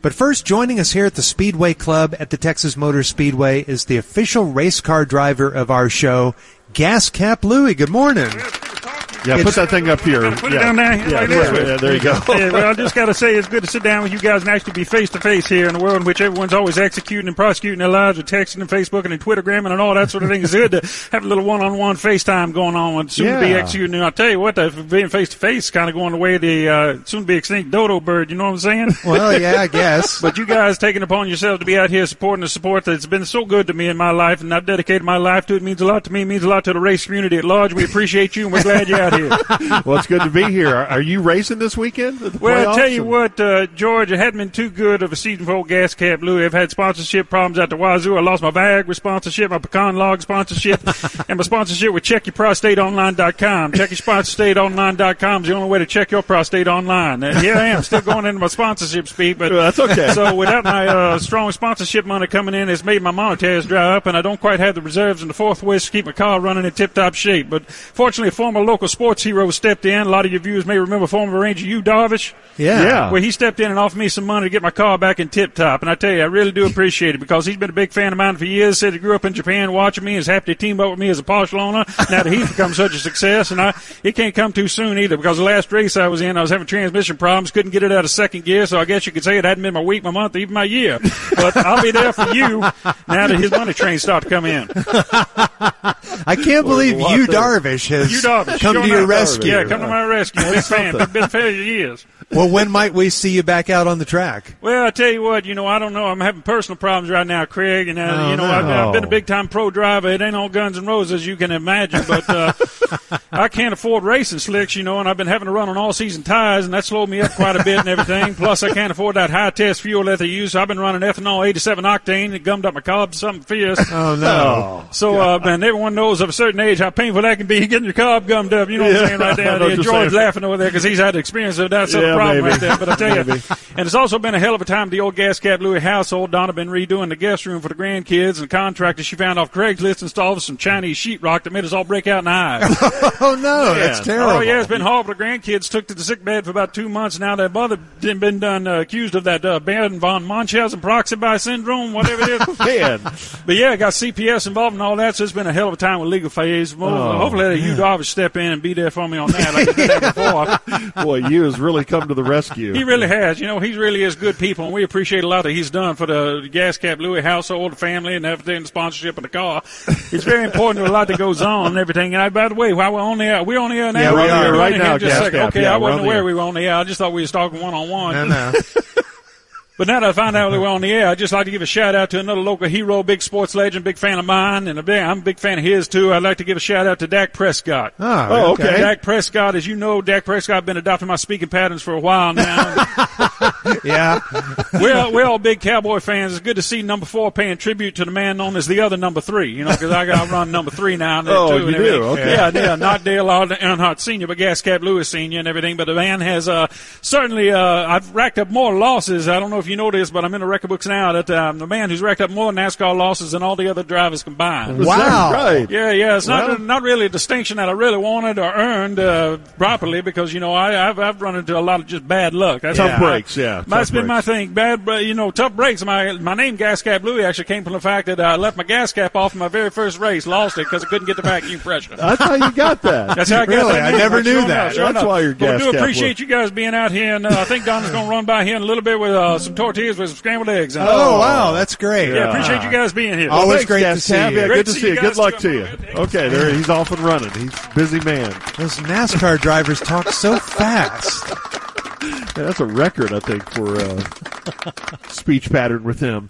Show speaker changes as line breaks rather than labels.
But first, joining us here at the Speedway Club at the Texas Motor Speedway is the official race car driver of our show, Gas Cap Louie. Good morning.
Yeah,
It's-
put that thing up here.
Put
yeah.
it down there.
Yeah,
like
yeah,
this
yeah, there you go.
yeah, well, I just got to say, it's good to sit down with you guys and actually be face to face here in a world in which everyone's always executing and prosecuting their lives with texting and Facebook and Twittergramming and all that sort of thing. It's good to have a little one on one FaceTime going on and soon to be
Yeah.
executing. And I'll tell you what, that being face to face kind of going the way of the uh, soon to be extinct dodo bird. You know what I'm saying?
Well, yeah, I guess.
But you guys taking upon yourself to be out here supporting the support that's been so good to me in my life, and I've dedicated my life to it. means a lot to me. It means a lot to the race community at large. We appreciate you, and we're glad you're out here.
Well, it's good to be here. Are, are you racing this weekend? at the
Well, I
playoffs?
tell you what, uh, George, it hadn't been too good of a season for old Gas Cap Louie. I've had sponsorship problems out the wazoo. I lost my Viagra sponsorship, my Pecan Log sponsorship, and my sponsorship with CheckYourProstateOnline.com. CheckYourProstateOnline.com is the only way to check your prostate online. And here I am, still going into my sponsorship speed, but
Well, that's okay.
So without my uh, strong sponsorship money coming in, it's made my monitors dry up, and I don't quite have the reserves in the fourth ways to keep my car running in tip-top shape. But fortunately, a former local sports hero stepped in. A lot of your viewers may remember former Ranger Hugh Darvish.
Yeah.
Yeah.
Well, he stepped in and offered me some money to get my car back in tip top. And I tell you, I really do appreciate it because he's been a big fan of mine for years. Said he grew up in Japan watching me and is happy to team up with me as a partial owner. Now that he's become such a success, and I, it can't come too soon either because the last race I was in, I was having transmission problems, couldn't get it out of second gear. So I guess you could say it hadn't been my week, my month, even my year. But I'll be there for you now that his money train start to come in.
I can't believe
what
you
the-
Darvish has
You Darvish,
come
sure
to your
enough.
rescue.
Yeah, come to my rescue. Big fan. Been a fan for years.
Well, when might we see you back out on the track?
Well, I tell you what, you know, I don't know. I'm having personal problems right now, Craig, and uh,
Oh,
No,
you know, I've,
no.
I've been a big time pro driver. It ain't all guns and roses, you can imagine. But uh, I can't afford racing slicks, you know, and I've been having to run on all season tires, and that slowed me up quite a bit and everything. Plus, I can't afford that high test fuel that they use. So I've been running ethanol 87 octane. It gummed up my carbs, something fierce.
Oh, no.
So, uh, and everyone knows of a certain age how painful that can be getting your carb gummed up. You know what I'm
Yeah,
saying right
I know
there.
what
Yeah,
you're
George
saying.
laughing over there because he's had experience of that sort
Yeah,
of problem
maybe.
right there. But I tell you, and it's also been a hell of a time at the old Gas Cab Louie household. Donna been redoing the guest room for the grandkids and the contractor she found off Craigslist installed some Chinese sheetrock that made us all break out in hives.
Oh, no. That's
Yeah.
terrible.
Oh yeah, it's been horrible. The grandkids took to the sick bed for about two months now. Their mother done been done uh, accused of that uh, Baron von Munchausen proxy syndrome, whatever it is.
Man,
But yeah, got CPS involved and all that, so it's been a hell of a time with legal phase. Well,
Oh,
hopefully, you Darvish step in and be there for me on that, like he's been there before.
boy, you has really come to the rescue.
He really has. You know, he really is good people, and we appreciate a lot that he's done for the Gas Cap Louis household, the family, and everything, the sponsorship of the car. It's very important to a lot that goes on and everything. And I, by the way, while we're on the air, we're on the air now.
Yeah, we're on the air
right
on the air
now,
just a
Gas
second.
Cap.
Okay,
Yeah,
I
we're
wasn't
on the
aware
air.
we were on the air. I just thought we was talking one on
No,
one.
no.
But now that I found out we were on the air, I'd just like to give a shout out to another local hero, big sports legend, big fan of mine, and a big, I'm a big fan of his too. I'd like to give a shout out to Dak Prescott.
Oh,
Oh, okay.
Dak Prescott, as you know, Dak Prescott been adopting my speaking patterns for a while now.
Yeah.
we're, all- we're all big Cowboy fans. It's good to see number four paying tribute to the man known as the other number three, you know, because I got to run number three now. And there,
Oh,
too,
you
and everything.
do? Okay.
Yeah, yeah, not Dale Earnhardt Sr., but Gas Cap Lewis Sr. and everything. But the man has uh, certainly, uh, I've racked up more losses. I don't know if you know this, but I'm in the record books now that um, the man who's racked up more NASCAR losses than all the other drivers combined.
Is that
Wow.
Right.
Yeah, yeah. It's not
Well-
not really a distinction that I really wanted or earned uh, properly because you know I, I've I've run into a lot of just bad luck. That's
Tough
yeah.
breaks, yeah,
that's
tough
been my
breaks.
thing. Bad, br- you know, tough breaks. My my name Gas Cap Louie actually came from the fact that I left my gas cap off in my very first race, lost it because I couldn't get the vacuum pressure.
That's how you got that.
That's how I got
Really?
that
I
name.
never
Like,
knew
sure
that.
enough, sure
That's
enough.
why you're
But I
gas
do
cap
appreciate
was-
you guys being out here, and uh, I think Donna's going to run by here in a little bit with uh, some tortillas with some scrambled eggs. on it.
Oh, wow. That's great.
Yeah, appreciate you guys being here.
Always
Well, thanks,
great to
Gas
see
Cap.
you.
Yeah,
Great
good to
to see
see
you
you. Good
guys
luck
too.
to you. Okay, there he's off and running. He's a busy man.
Those NASCAR drivers talk so fast.
Yeah, that's a record, I think, for uh, speech pattern with him.